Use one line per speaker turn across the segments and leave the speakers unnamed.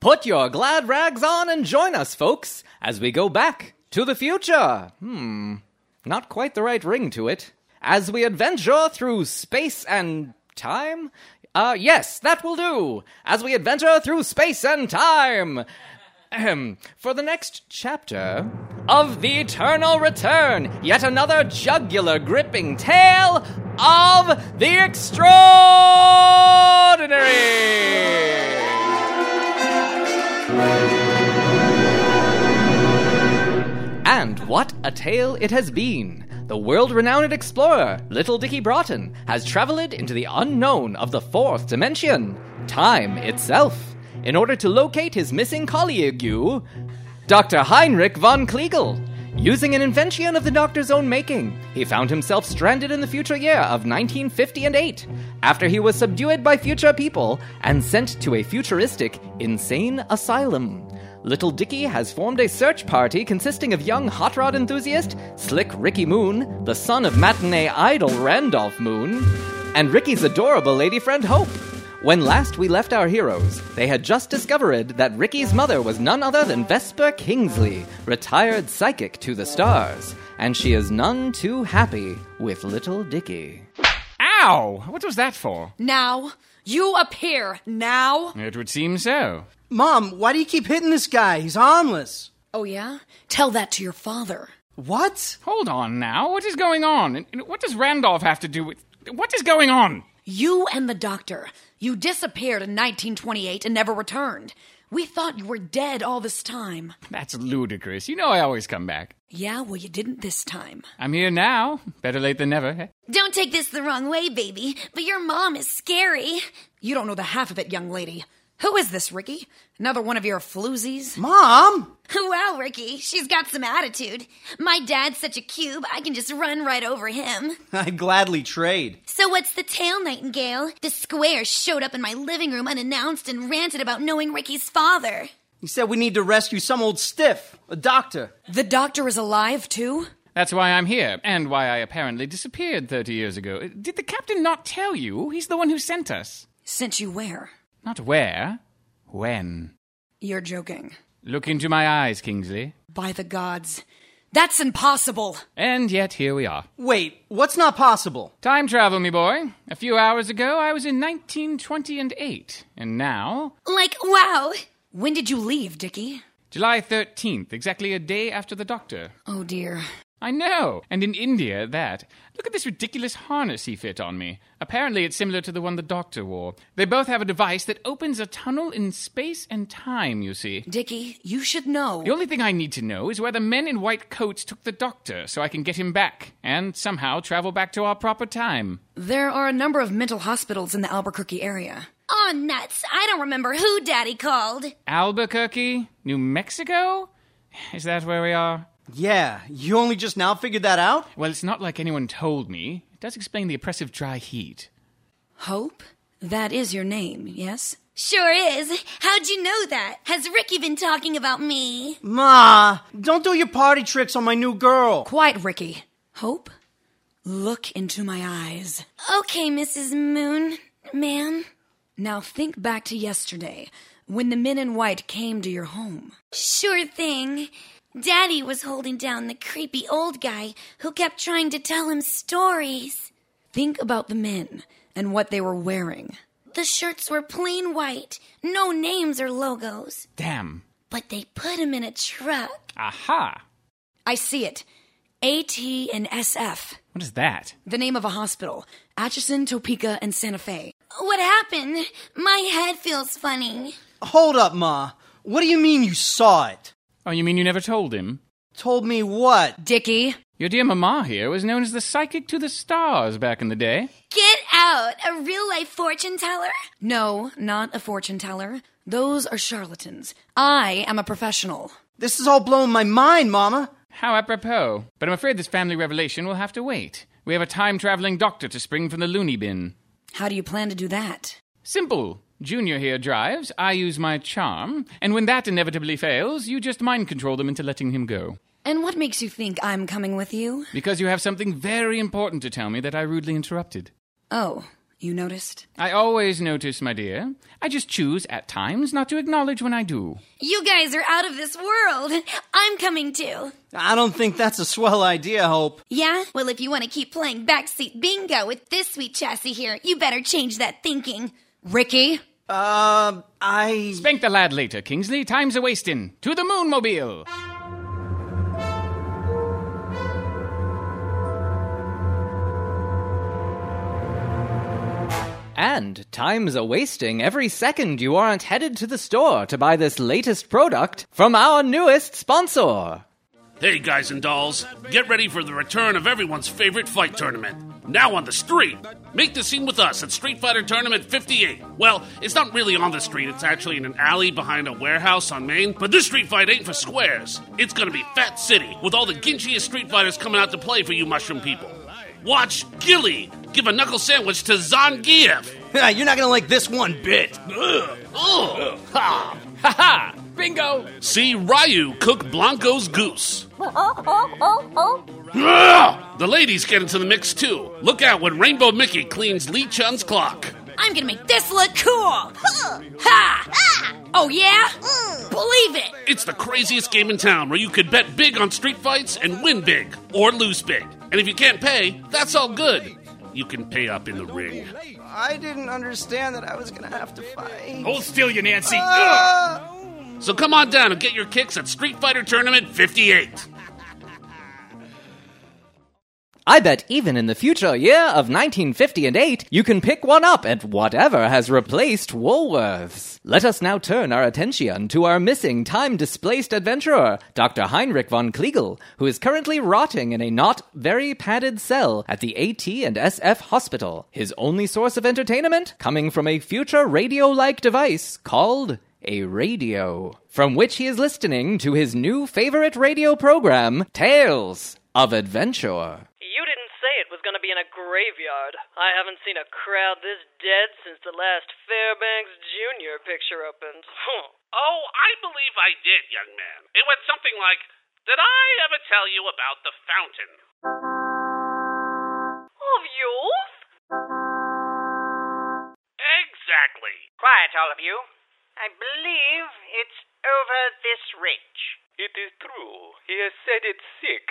Put your glad rags on and join us, folks, as we go back to the future. Hmm, not quite the right ring to it. As we adventure through space and time? Uh, yes, that will do. As we adventure through space and time. Ahem. For the next chapter of The Eternal Return, yet another jugular gripping tale of the extraordinary. And what a tale it has been! The world renowned explorer, Little Dicky Broughton, has traveled into the unknown of the fourth dimension, time itself, in order to locate his missing colleague, you, Dr. Heinrich von Kliegel. Using an invention of the doctor's own making, he found himself stranded in the future year of 1958 after he was subdued by future people and sent to a futuristic insane asylum. Little Dicky has formed a search party consisting of young hot rod enthusiast Slick Ricky Moon, the son of matinee idol Randolph Moon, and Ricky's adorable lady friend Hope. When last we left our heroes, they had just discovered that Ricky's mother was none other than Vesper Kingsley, retired psychic to the stars, and she is none too happy with Little Dicky.
Ow! What was that for?
Now. You appear now.
It would seem so.
Mom, why do you keep hitting this guy? He's harmless.
Oh, yeah? Tell that to your father.
What?
Hold on now. What is going on? And- and What does Randolph have to do with. What is going on?
You and the doctor. You disappeared in 1928 and never returned. We thought you were dead all this time.
That's ludicrous. You know I always come back.
Yeah, well, you didn't this time.
I'm here now. Better late than never. eh?
Don't take this the wrong way, baby, but your mom is scary.
You don't know the half of it, young lady. Who is this, Ricky? Another one of your floozies?
Mom?
Wow, Ricky, she's got some attitude. My dad's such a cube, I can just run right over him.
I gladly trade.
So, what's the tale, Nightingale? The square showed up in my living room unannounced and ranted about knowing Ricky's father.
He said we need to rescue some old stiff, a doctor.
The doctor is alive, too?
That's why I'm here, and why I apparently disappeared 30 years ago. Uh, Did the captain not tell you? He's the one who sent us.
Sent you where?
Not where, when.
You're joking.
Look into my eyes, Kingsley.
By the gods. That's impossible!
And yet here we are.
Wait, what's not possible?
Time travel, me boy. A few hours ago, I was in 1920 and 8, and now
Like, wow.
When did you leave, Dickie?
July 13th, exactly a day after the doctor.
Oh, dear.
I know, and in India, at that. Look at this ridiculous harness he fit on me. Apparently, it's similar to the one the doctor wore. They both have a device that opens a tunnel in space and time, you see.
Dickie, you should know.
The only thing I need to know is where the men in white coats took the doctor so I can get him back and somehow travel back to our proper time.
There are a number of mental hospitals in the Albuquerque area.
Oh, nuts. I don't remember who daddy called.
Albuquerque, New Mexico? Is that where we are?
Yeah, you only just now figured that out?
Well, it's not like anyone told me. It does explain the oppressive dry heat.
Hope? That is your name, yes?
Sure is. How'd you know that? Has Ricky been talking about me?
Ma, don't do your party tricks on my new girl.
Quiet, Ricky. Hope? Look into my eyes.
Okay, Mrs. Moon, ma'am.
Now think back to yesterday, when the men in white came to your home.
Sure thing. Daddy was holding down the creepy old guy who kept trying to tell him stories.
Think about the men and what they were wearing.
The shirts were plain white, no names or logos,
Damn.
but they put him in a truck.
Aha!
I see it. AT and SF,
What is that?
the name of a hospital. Atchison, Topeka, and Santa Fe.
What happened? My head feels funny.
Hold up, Ma. What do you mean you saw it?
Oh, you mean you never told him?
Told me what?
Dickie,
Your dear mamma here was known as the psychic to the stars back in the day.
Get out! A real life fortune teller?
No, not a fortune teller. Those are charlatans. I am a professional.
This is all blowing my mind, Mama.
How apropos. But I'm afraid this family revelation will have to wait. We have a time traveling doctor to spring from the loony bin.
How do you plan to do that?
Simple. Junior here drives, I use my charm, and when that inevitably fails, you just mind control them into letting him go.
And what makes you think I'm coming with you?
Because you have something very important to tell me that I rudely interrupted.
Oh, You noticed?
I always notice, my dear. I just choose, at times, not to acknowledge when I do.
You guys are out of this world. I'm coming too.
I don't think that's a swell idea, Hope.
Yeah? Well, if you want to keep playing backseat bingo with this sweet chassis here, you better change that thinking.
Ricky?
Uh, I.
Spank the lad later, Kingsley. Time's a wasting. To the moonmobile!
And time's a wasting every second you aren't headed to the store to buy this latest product from our newest sponsor.
Hey, guys and dolls, get ready for the return of everyone's favorite fight tournament. Now on the street! Make the scene with us at Street Fighter Tournament 58. Well, it's not really on the street, it's actually in an alley behind a warehouse on Main, but this street fight ain't for squares. It's gonna be Fat City, with all the ginchiest street fighters coming out to play for you mushroom people. Watch Gilly give a knuckle sandwich to Zangief!
You're not gonna like this one bit.
Ugh. Ugh. Ha!
Ha ha! Bingo!
See Ryu cook Blanco's goose. Ugh! The ladies get into the mix too. Look out when Rainbow Mickey cleans Lee Chun's clock.
I'm gonna make this look cool! ha! Oh yeah? Believe it!
It's the craziest game in town where you could bet big on street fights and win big or lose big. And if you can't pay, that's all good. You can pay up in the ring.
I didn't understand that I was gonna have to fight.
Hold still, you Nancy!
So come on down and get your kicks at Street Fighter Tournament 58.
I bet even in the future year of 1950 and 8, you can pick one up at whatever has replaced Woolworths. Let us now turn our attention to our missing time displaced adventurer, Dr. Heinrich von Kliegel, who is currently rotting in a not very padded cell at the AT and SF hospital. His only source of entertainment coming from a future radio-like device called a radio, from which he is listening to his new favorite radio program, Tales of Adventure.
You didn't say it was going to be in a graveyard. I haven't seen a crowd this dead since the last Fairbanks Jr. picture opened.
Oh, I believe I did, young man. It went something like Did I ever tell you about the fountain?
of yours?
Exactly.
Quiet, all of you. I believe it's over this ridge.
It is true. He has said it six,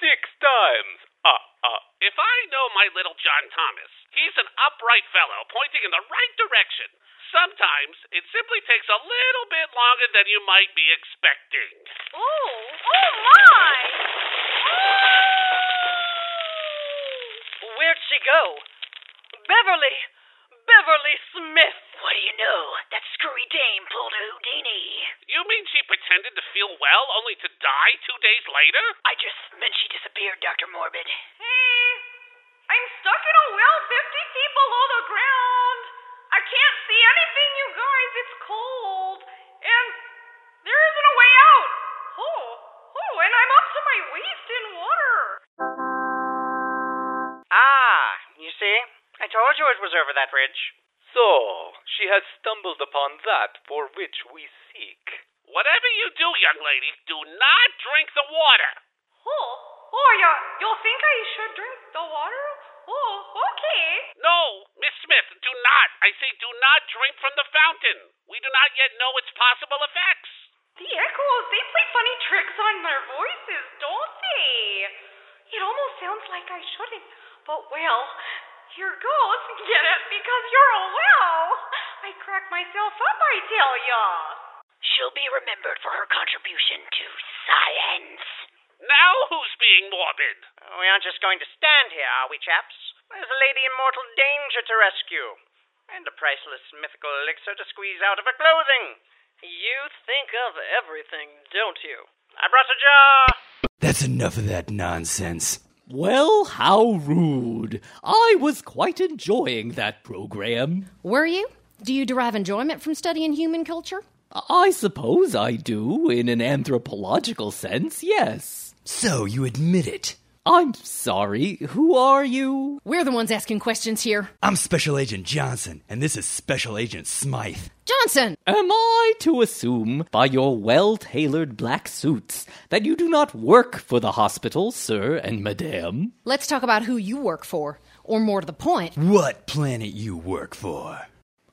six times. Ah, ah.
Uh, If I know my little John Thomas, he's an upright fellow pointing in the right direction. Sometimes it simply takes a little bit longer than you might be expecting.
Oh, oh my!
Where'd she go? Beverly! Beverly Smith! What do you know? That screwy dame pulled a Houdini.
You mean she pretended to feel well only to die two days later?
I just meant she disappeared, Dr. Morbid.
Hey, Hmm. I'm stuck in a well 50 feet below the ground. I can't see anything, you guys. It's cold. And there isn't a way out. Oh, oh, and I'm up to my waist in water.
Ah, you see? I told you it was over that ridge.
So, she has stumbled upon that for which we seek.
Whatever you do, young lady, do not drink the water.
Oh, oh, you, you think I should drink the water? Oh, okay.
No, Miss Smith, do not. I say do not drink from the fountain. We do not yet know its possible effects.
The echoes, they play funny tricks on their voices, don't they? It almost sounds like I shouldn't, but well, here goes. Get it? Because you're a well. I crack myself up, I tell ya.
She'll be remembered for her contribution to science.
Now who's being morbid?
We aren't just going to stand here, are we, chaps? There's a lady in mortal danger to rescue, and a priceless mythical elixir to squeeze out of her clothing.
You think of everything, don't you?
I brought a jar!
That's enough of that nonsense.
Well, how rude. I was quite enjoying that program.
Were you? Do you derive enjoyment from studying human culture?
I suppose I do, in an anthropological sense, yes.
So you admit it.
I'm sorry, who are you?
We're the ones asking questions here.
I'm Special Agent Johnson, and this is Special Agent Smythe.
Johnson!
Am I to assume, by your well tailored black suits, that you do not work for the hospital, sir and madame?
Let's talk about who you work for. Or more to the point,
What planet you work for?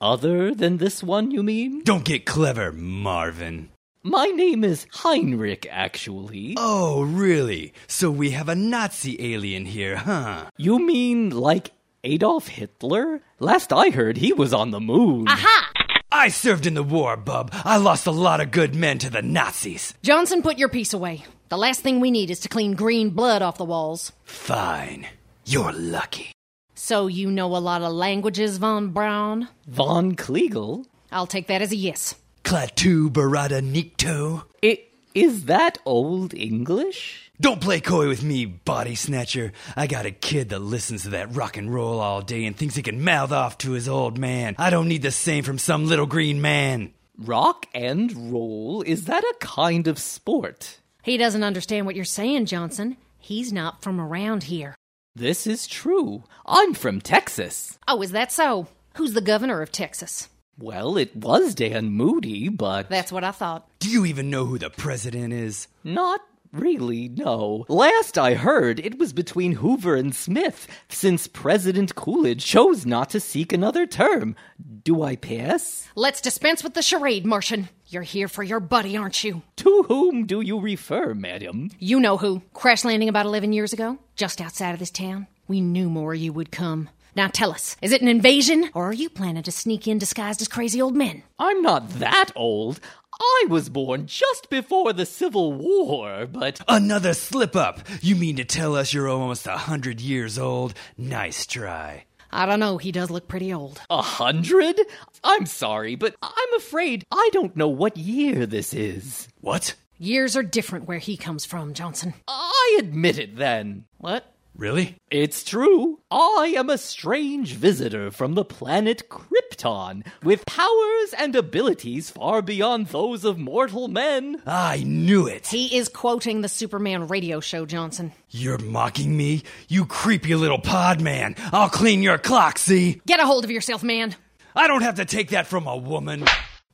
Other than this one, you mean?
Don't get clever, Marvin.
My name is Heinrich, actually.
Oh, really? So we have a Nazi alien here, huh?
You mean like Adolf Hitler? Last I heard, he was on the moon.
Aha!
I served in the war, bub. I lost a lot of good men to the Nazis.
Johnson, put your piece away. The last thing we need is to clean green blood off the walls.
Fine. You're lucky.
So you know a lot of languages, Von Braun?
Von Kliegel?
I'll take that as a yes.
Klaatu Barada Nikto.
I- is that Old English?
Don't play coy with me, body snatcher. I got a kid that listens to that rock and roll all day and thinks he can mouth off to his old man. I don't need the same from some little green man.
Rock and roll? Is that a kind of sport?
He doesn't understand what you're saying, Johnson. He's not from around here.
This is true. I'm from Texas.
Oh, is that so? Who's the governor of Texas?
Well, it was Dan Moody, but
That's what I thought.
Do you even know who the president is?
not really, no. Last I heard, it was between Hoover and Smith, since President Coolidge chose not to seek another term. Do I pass?
Let's dispense with the charade, Martian. You're here for your buddy, aren't you?
To whom do you refer, madam?
You know who. Crash landing about 11 years ago, just outside of this town. We knew more you would come. Now tell us, is it an invasion, or are you planning to sneak in disguised as crazy old men?
I'm not that old. I was born just before the Civil War, but
Another slip up. You mean to tell us you're almost a hundred years old? Nice try.
I don't know, he does look pretty old.
a hundred? I'm sorry, but I'm afraid I don't know what year this is.
What?
Years are different where he comes from, Johnson.
I admit it then.
What?
Really?
It's true. I am a strange visitor from the planet Krypton, with powers and abilities far beyond those of mortal men.
I knew it.
He is quoting the Superman radio show, Johnson.
You're mocking me? You creepy little pod man. I'll clean your clock, see?
Get a hold of yourself, man.
I don't have to take that from a woman.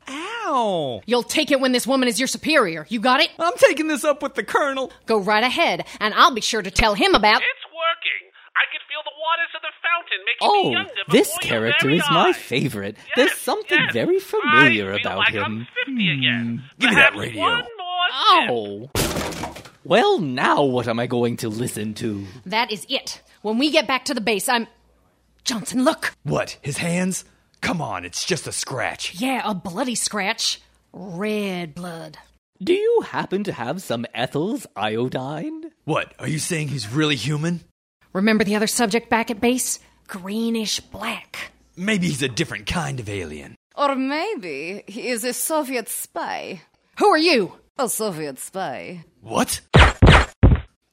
Ow!
You'll take it when this woman is your superior. You got it?
I'm taking this up with the colonel.
Go right ahead, and I'll be sure to tell him about.
It's working. I can feel the waters of the fountain making
Oh,
me younger.
this
before your
character
very
is my
eyes.
favorite.
Yes,
There's something
yes.
very familiar
I feel
about
like
him. Hmm.
I'm 50 again.
Give me that
Perhaps
radio.
One more sip.
Ow! Well, now what am I going to listen to?
That is it. When we get back to the base, I'm. Johnson, look!
What? His hands? Come on, it's just a scratch.
Yeah, a bloody scratch. Red blood.
Do you happen to have some Ethel's iodine?
What? Are you saying he's really human?
Remember the other subject back at base? Greenish black.
Maybe he's a different kind of alien.
Or maybe he is a Soviet spy.
Who are you?
A Soviet spy.
What?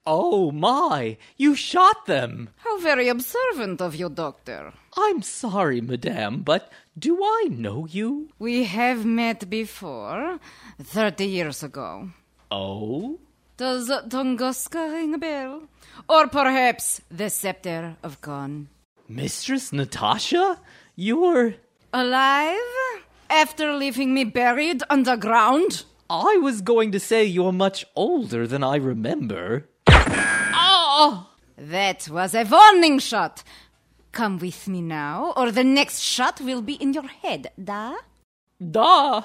Oh my, you shot them!
How very observant of you, Doctor.
I'm sorry, madame, but do I know you?
We have met before, 30 years ago.
Oh?
Does Tunguska ring a bell? Or perhaps the Scepter of Khan?
Mistress Natasha? You're.
Alive? After leaving me buried underground?
I was going to say you're much older than I remember.
Oh! That was a warning shot. Come with me now, or the next shot will be in your head, da?
Da!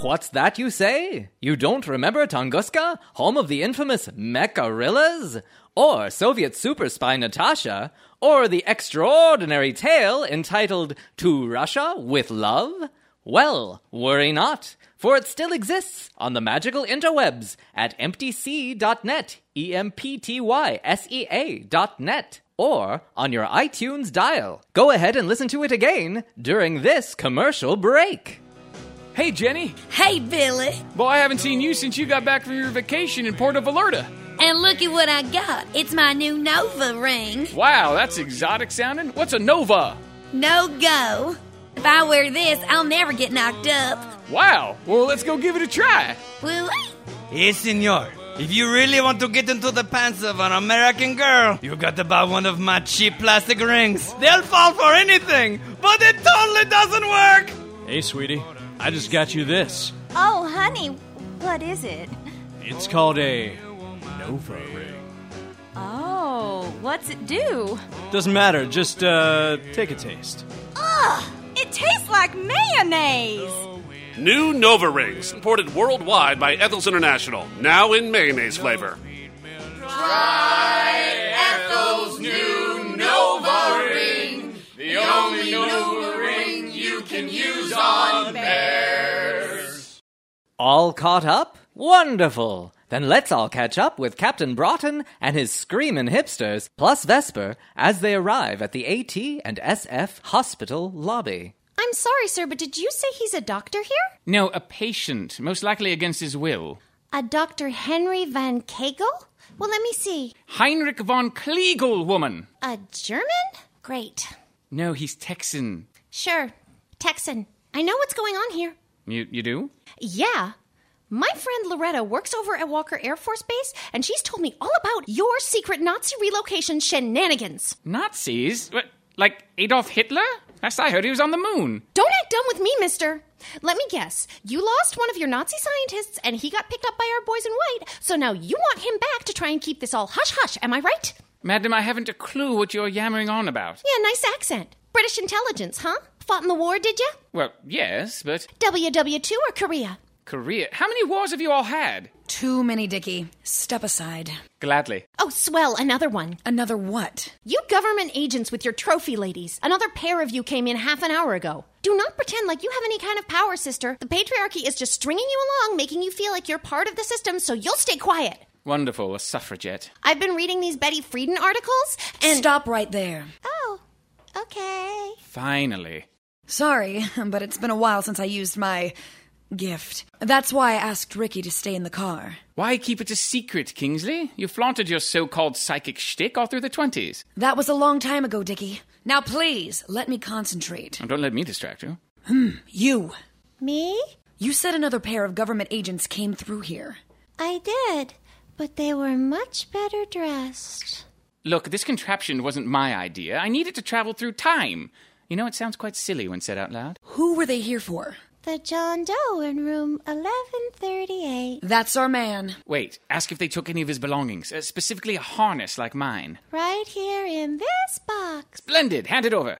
What's that you say? You don't remember Tunguska, home of the infamous Mecharillas? Or Soviet super spy Natasha? Or the extraordinary tale entitled To Russia with Love? Well, worry not, for it still exists on the magical interwebs at emptysea.net, E M P T Y S E A dot net, or on your iTunes dial. Go ahead and listen to it again during this commercial break.
Hey, Jenny.
Hey, Billy.
Boy, I haven't seen you since you got back from your vacation in Puerto Vallarta.
And look at what I got. It's my new Nova ring.
Wow, that's exotic sounding. What's a Nova?
No go. If I wear this, I'll never get knocked up.
Wow. Well, let's go give it a try.
Will I?
Yes, senor. If you really want to get into the pants of an American girl, you got to buy one of my cheap plastic rings. They'll fall for anything, but it totally doesn't work.
Hey, sweetie, I just got you this.
Oh, honey, what is it?
It's called a Nova Ring.
Oh, what's it do?
Doesn't matter, just uh, take a taste.
Ugh! It tastes like mayonnaise!
New Nova Rings, imported worldwide by Ethel's International, now in mayonnaise flavor.
Ethel's new Nova ring, the only Nova ring you can use on bears.
All caught up? Wonderful! Then let's all catch up with Captain Broughton and his screamin' hipsters, plus Vesper, as they arrive at the AT and SF hospital lobby.
I'm sorry, sir, but did you say he's a doctor here?
No, a patient, most likely against his will.
A Dr. Henry Van Kegel? Well, let me see.
Heinrich von Klegel, woman.
A German? Great.
No, he's Texan.
Sure. Texan. I know what's going on here.
You, you do?
Yeah. My friend Loretta works over at Walker Air Force Base, and she's told me all about your secret Nazi relocation shenanigans.
Nazis? What, like Adolf Hitler? Last I heard, he was on the moon.
Don't act dumb with me, mister. Let me guess. You lost one of your Nazi scientists, and he got picked up by our boys in white, so now you want him back to try and keep this all hush hush, am I right?
Madam, I haven't a clue what you're yammering on about.
Yeah, nice accent. British intelligence, huh? Fought in the war, did you?
Well, yes, but
WW2 or Korea?
Korea. How many wars have you all had?
Too many, Dickie. Step aside.
Gladly.
Oh, swell, another one.
Another what?
You government agents with your trophy ladies. Another pair of you came in half an hour ago. Do not pretend like you have any kind of power, sister. The patriarchy is just stringing you along, making you feel like you're part of the system, so you'll stay quiet.
Wonderful, a suffragette.
I've been reading these Betty Friedan articles, and.
Stop right there.
Oh, okay.
Finally.
Sorry, but it's been a while since I used my gift. That's why I asked Ricky to stay in the car.
Why keep it a secret, Kingsley? You flaunted your so called psychic shtick all through the 20s.
That was a long time ago, Dickie. Now please, let me concentrate.
Oh, don't let me distract you.
Hmm, you.
Me?
You said another pair of government agents came through here.
I did, but they were much better dressed.
Look, this contraption wasn't my idea. I needed to travel through time. You know, it sounds quite silly when said out loud.
Who were they here for?
The John Doe in room 1138.
That's our man.
Wait, ask if they took any of his belongings, uh, specifically a harness like mine.
Right here in this box.
Splendid, hand it over.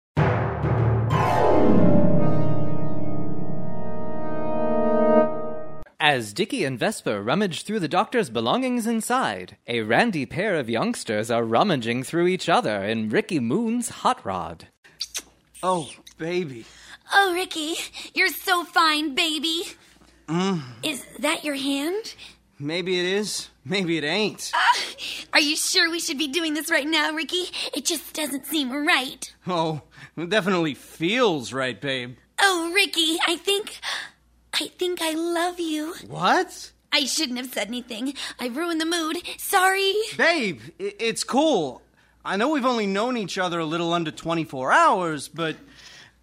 As Dicky and Vesper rummage through the doctor's belongings inside, a randy pair of youngsters are rummaging through each other in Ricky Moon's hot rod.
Oh, baby.
Oh, Ricky, you're so fine, baby.
Mm,
Is that your hand? Ah,
maybe it is, maybe it ain't.
Are you sure we should be doing this right now, Ricky? It just doesn't seem right.
Oh, it definitely feels right, babe.
Oh, Ricky, I think. I think I love you.
What?
I shouldn't have said anything. I ruined the mood. Sorry.
Babe, i- it's cool. I know we've only known each other a little under 24 hours, but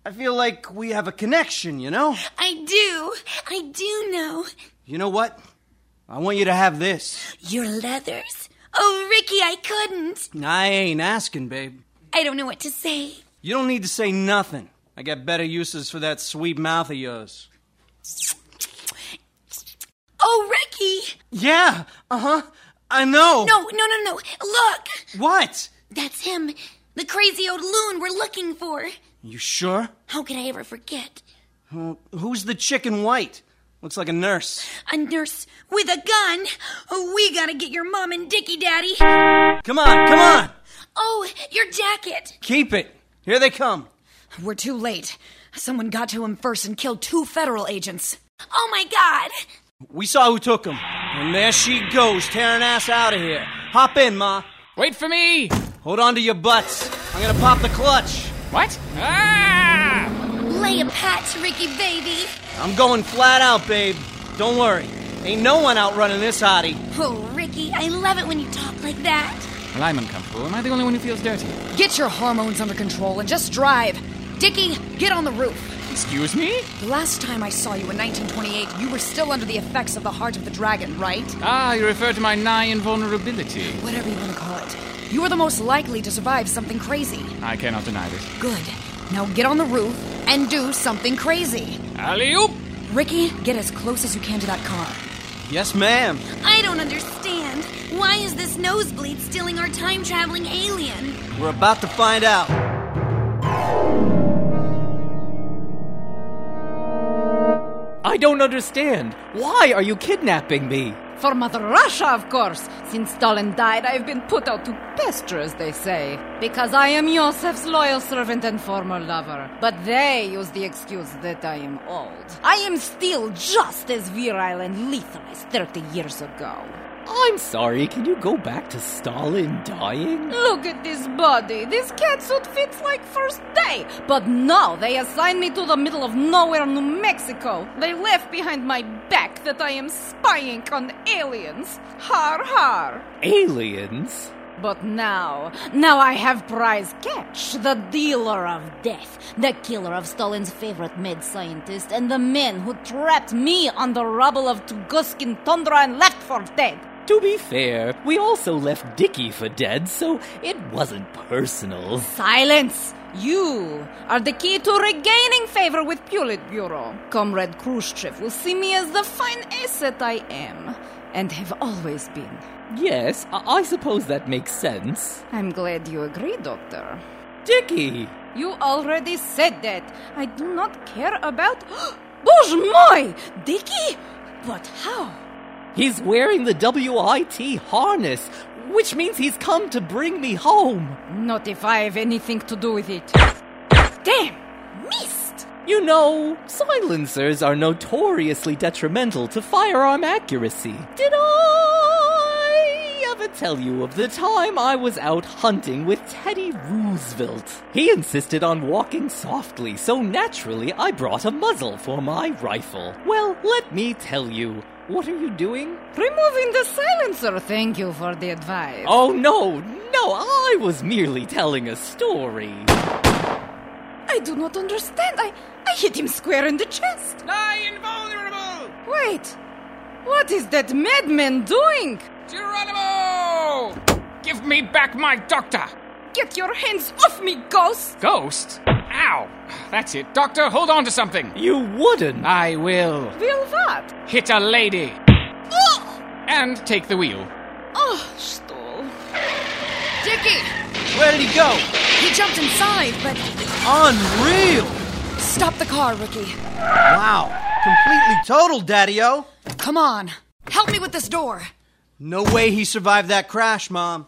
I feel like we have a connection, you know?
I do. I do know.
You know what? I want you to have this.
Your leathers? Oh, Ricky, I couldn't.
I ain't asking, babe.
I don't know what to say.
You don't need to say nothing. I got better uses for that sweet mouth of yours.
Oh, Ricky!
Yeah, uh huh. I know.
No, no, no, no. Look!
What?
That's him. The crazy old loon we're looking for.
You sure?
How could I ever forget?
Well, who's the chick in white? Looks like a nurse.
A nurse with a gun? Oh, we gotta get your mom and Dickie, Daddy.
Come on, come on!
Oh, your jacket!
Keep it. Here they come.
We're too late. Someone got to him first and killed two federal agents.
Oh my god!
We saw who took 'em, And there she goes, tearing ass out of here. Hop in, Ma.
Wait for me!
Hold on to your butts. I'm gonna pop the clutch.
What? Ah!
Lay a patch, Ricky, baby!
I'm going flat out, babe. Don't worry. Ain't no one outrunning this hottie.
Oh, Ricky, I love it when you talk like that.
Well, I'm uncomfortable. Am I the only one who feels dirty?
Get your hormones under control and just drive. Dickie, get on the roof.
Excuse me?
The last time I saw you in 1928, you were still under the effects of the Heart of the Dragon, right?
Ah, you refer to my nigh invulnerability.
Whatever you want to call it. You were the most likely to survive something crazy.
I cannot deny this.
Good. Now get on the roof and do something crazy.
Alley oop!
Ricky, get as close as you can to that car.
Yes, ma'am.
I don't understand. Why is this nosebleed stealing our time traveling alien?
We're about to find out.
I don't understand. Why are you kidnapping me?
For Mother Russia, of course. Since Stalin died, I've been put out to pasture, as they say, because I am Yosef's loyal servant and former lover. But they use the excuse that I am old. I am still just as virile and lethal as 30 years ago.
I'm sorry, can you go back to Stalin dying?
Look at this body. This catsuit fits like first day. But no, they assigned me to the middle of nowhere, New Mexico. They left behind my back that I am spying on aliens. Har har.
Aliens?
But now, now I have prize catch, the dealer of death, the killer of Stalin's favorite mad scientist, and the man who trapped me on the rubble of Tuguskin Tundra and left for dead.
To be fair, we also left Dicky for dead, so it wasn't personal.
Silence! You are the key to regaining favor with Politburo. Comrade Khrushchev will see me as the fine asset I am, and have always been.
Yes, I, I suppose that makes sense.
I'm glad you agree, Doctor.
Dicky!
You already said that. I do not care about. Bouge moi! Dicky? But how?
He's wearing the WIT harness, which means he's come to bring me home.
Not if I have anything to do with it. Damn! Missed!
You know, silencers are notoriously detrimental to firearm accuracy. Did I ever tell you of the time I was out hunting with Teddy Roosevelt? He insisted on walking softly, so naturally I brought a muzzle for my rifle. Well, let me tell you. What are you doing?
Removing the silencer. Thank you for the advice.
Oh, no, no, I was merely telling a story.
I do not understand. I, I hit him square in the chest.
Lie invulnerable!
Wait, what is that madman doing?
Geronimo! Give me back my doctor!
Get your hands off me, ghost!
Ghost? Ow! That's it. Doctor, hold on to something.
You wouldn't.
I will.
Will what?
Hit a lady.
Oh!
And take the wheel.
Oh, stall.
Dicky!
Where did he go?
He jumped inside, but.
Unreal!
Stop the car, Ricky.
Wow. Completely total, Daddy O.
Come on. Help me with this door.
No way he survived that crash, Mom.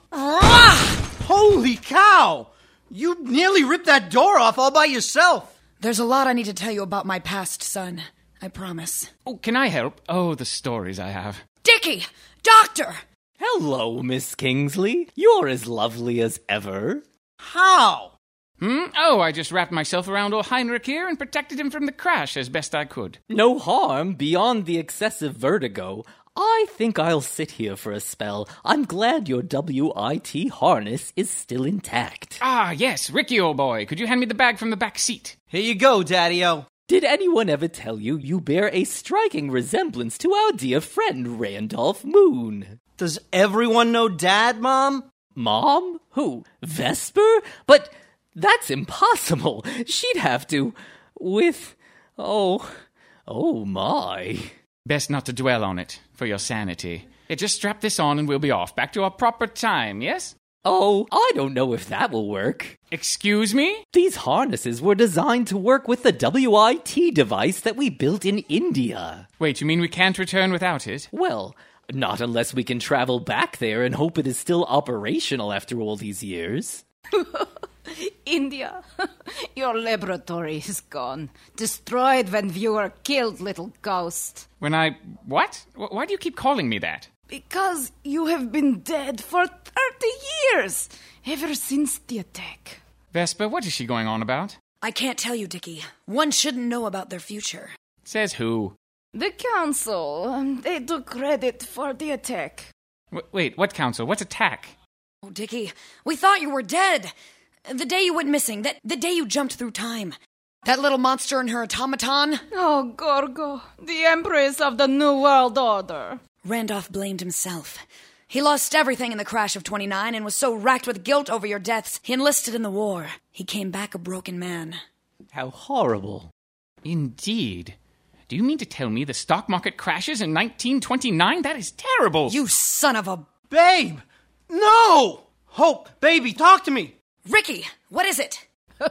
Ah!
Holy cow! You nearly ripped that door off all by yourself.
There's a lot I need to tell you about my past, son. I promise.
Oh, can I help? Oh, the stories I have.
Dicky! Doctor!
Hello, Miss Kingsley. You're as lovely as ever.
How?
Hmm? Oh, I just wrapped myself around old Heinrich here and protected him from the crash as best I could.
No harm beyond the excessive vertigo. I think I'll sit here for a spell. I'm glad your WIT harness is still intact.
Ah, yes, Ricky, old boy. Could you hand me the bag from the back seat?
Here you go, Daddy O.
Did anyone ever tell you you bear a striking resemblance to our dear friend Randolph Moon?
Does everyone know Dad, Mom?
Mom? Who? Vesper? But that's impossible. She'd have to. With. Oh. Oh my.
Best not to dwell on it, for your sanity. Yeah, just strap this on and we'll be off, back to our proper time, yes?
Oh, I don't know if that will work.
Excuse me?
These harnesses were designed to work with the WIT device that we built in India.
Wait, you mean we can't return without it?
Well, not unless we can travel back there and hope it is still operational after all these years.
India, your laboratory is gone. Destroyed when you were killed, little ghost.
When I. What? Why do you keep calling me that?
Because you have been dead for 30 years, ever since the attack.
Vespa, what is she going on about?
I can't tell you, Dicky. One shouldn't know about their future.
Says who?
The council. um, They took credit for the attack.
W- wait, what council? What attack?
Oh, Dicky, we thought you were dead. The day you went missing, that the day you jumped through time. That little monster and her automaton.
Oh, Gorgo, the Empress of the New World Order.
Randolph blamed himself. He lost everything in the crash of 29 and was so racked with guilt over your deaths, he enlisted in the war. He came back a broken man.
How horrible.
Indeed. Do you mean to tell me the stock market crashes in 1929? That is terrible.
You son of a.
Babe! No! Hope, baby, talk to me!
Ricky, what is it?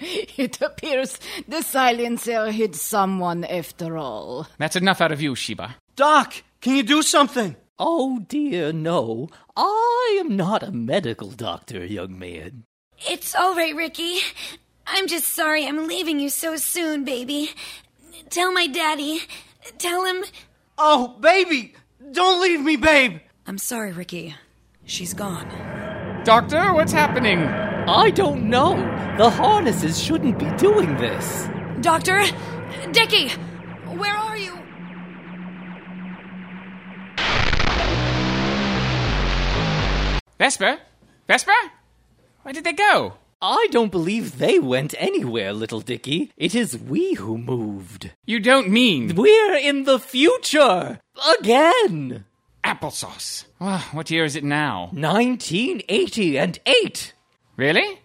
It appears the silencer hit someone after all.
That's enough out of you, Sheba.
Doc, can you do something?
Oh dear, no. I am not a medical doctor, young man.
It's all right, Ricky. I'm just sorry I'm leaving you so soon, baby. Tell my daddy. Tell him.
Oh, baby! Don't leave me, babe!
I'm sorry, Ricky. She's gone.
Doctor, what's happening?
I don't know. The harnesses shouldn't be doing this.
Doctor? Dickie! Where are you?
Vesper? Vesper? Where did they go?
I don't believe they went anywhere, little Dicky. It is we who moved.
You don't mean.
We're in the future! Again!
Applesauce. Well, what year is it now?
1980 and 8!
Really?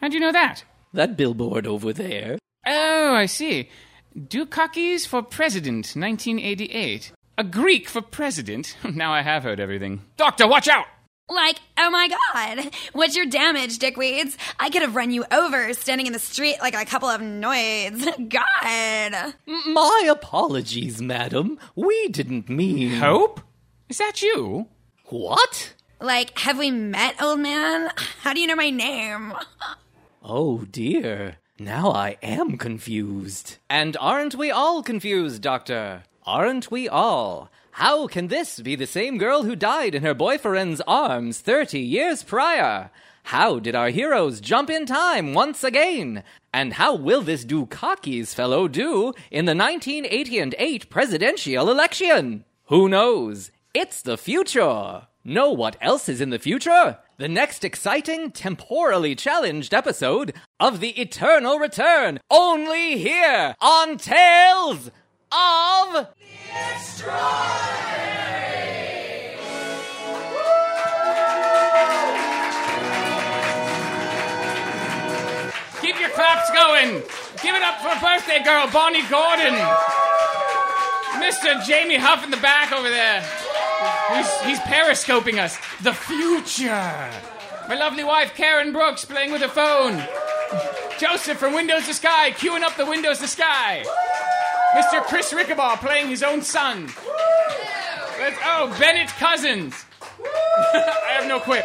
How do you know that?
That billboard over there.
Oh, I see. Dukakis for President, 1988. A Greek for President? now I have heard everything. Doctor, watch out!
Like, oh my god, what's your damage, dickweeds? I could have run you over standing in the street like a couple of noids. God.
My apologies, madam. We didn't mean.
Hope? Is that you?
What?
Like, have we met, old man? How do you know my name?
Oh dear. Now I am confused.
And aren't we all confused, Doctor? Aren't we all? How can this be the same girl who died in her boyfriend's arms 30 years prior? How did our heroes jump in time once again? And how will this Dukakis fellow do in the 1980 and 8 presidential election? Who knows? It's the future. Know what else is in the future? The next exciting, temporally challenged episode of The Eternal Return, only here on Tales of.
Keep your claps going! Give it up for birthday girl Bonnie Gordon! Mr. Jamie Huff in the back over there. He's, he's periscoping us. The future! My lovely wife Karen Brooks playing with her phone. Joseph from Windows to Sky queuing up the Windows to Sky. Mr. Chris Rickabaugh playing his own son. Let's, oh, Bennett Cousins. I have no quip.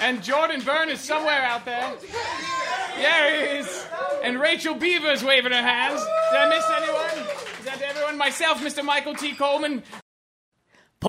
And Jordan Byrne is somewhere out there. Yeah, he is. And Rachel Beaver's waving her hands. Did I miss anyone? Is that everyone? Myself, Mr. Michael T. Coleman,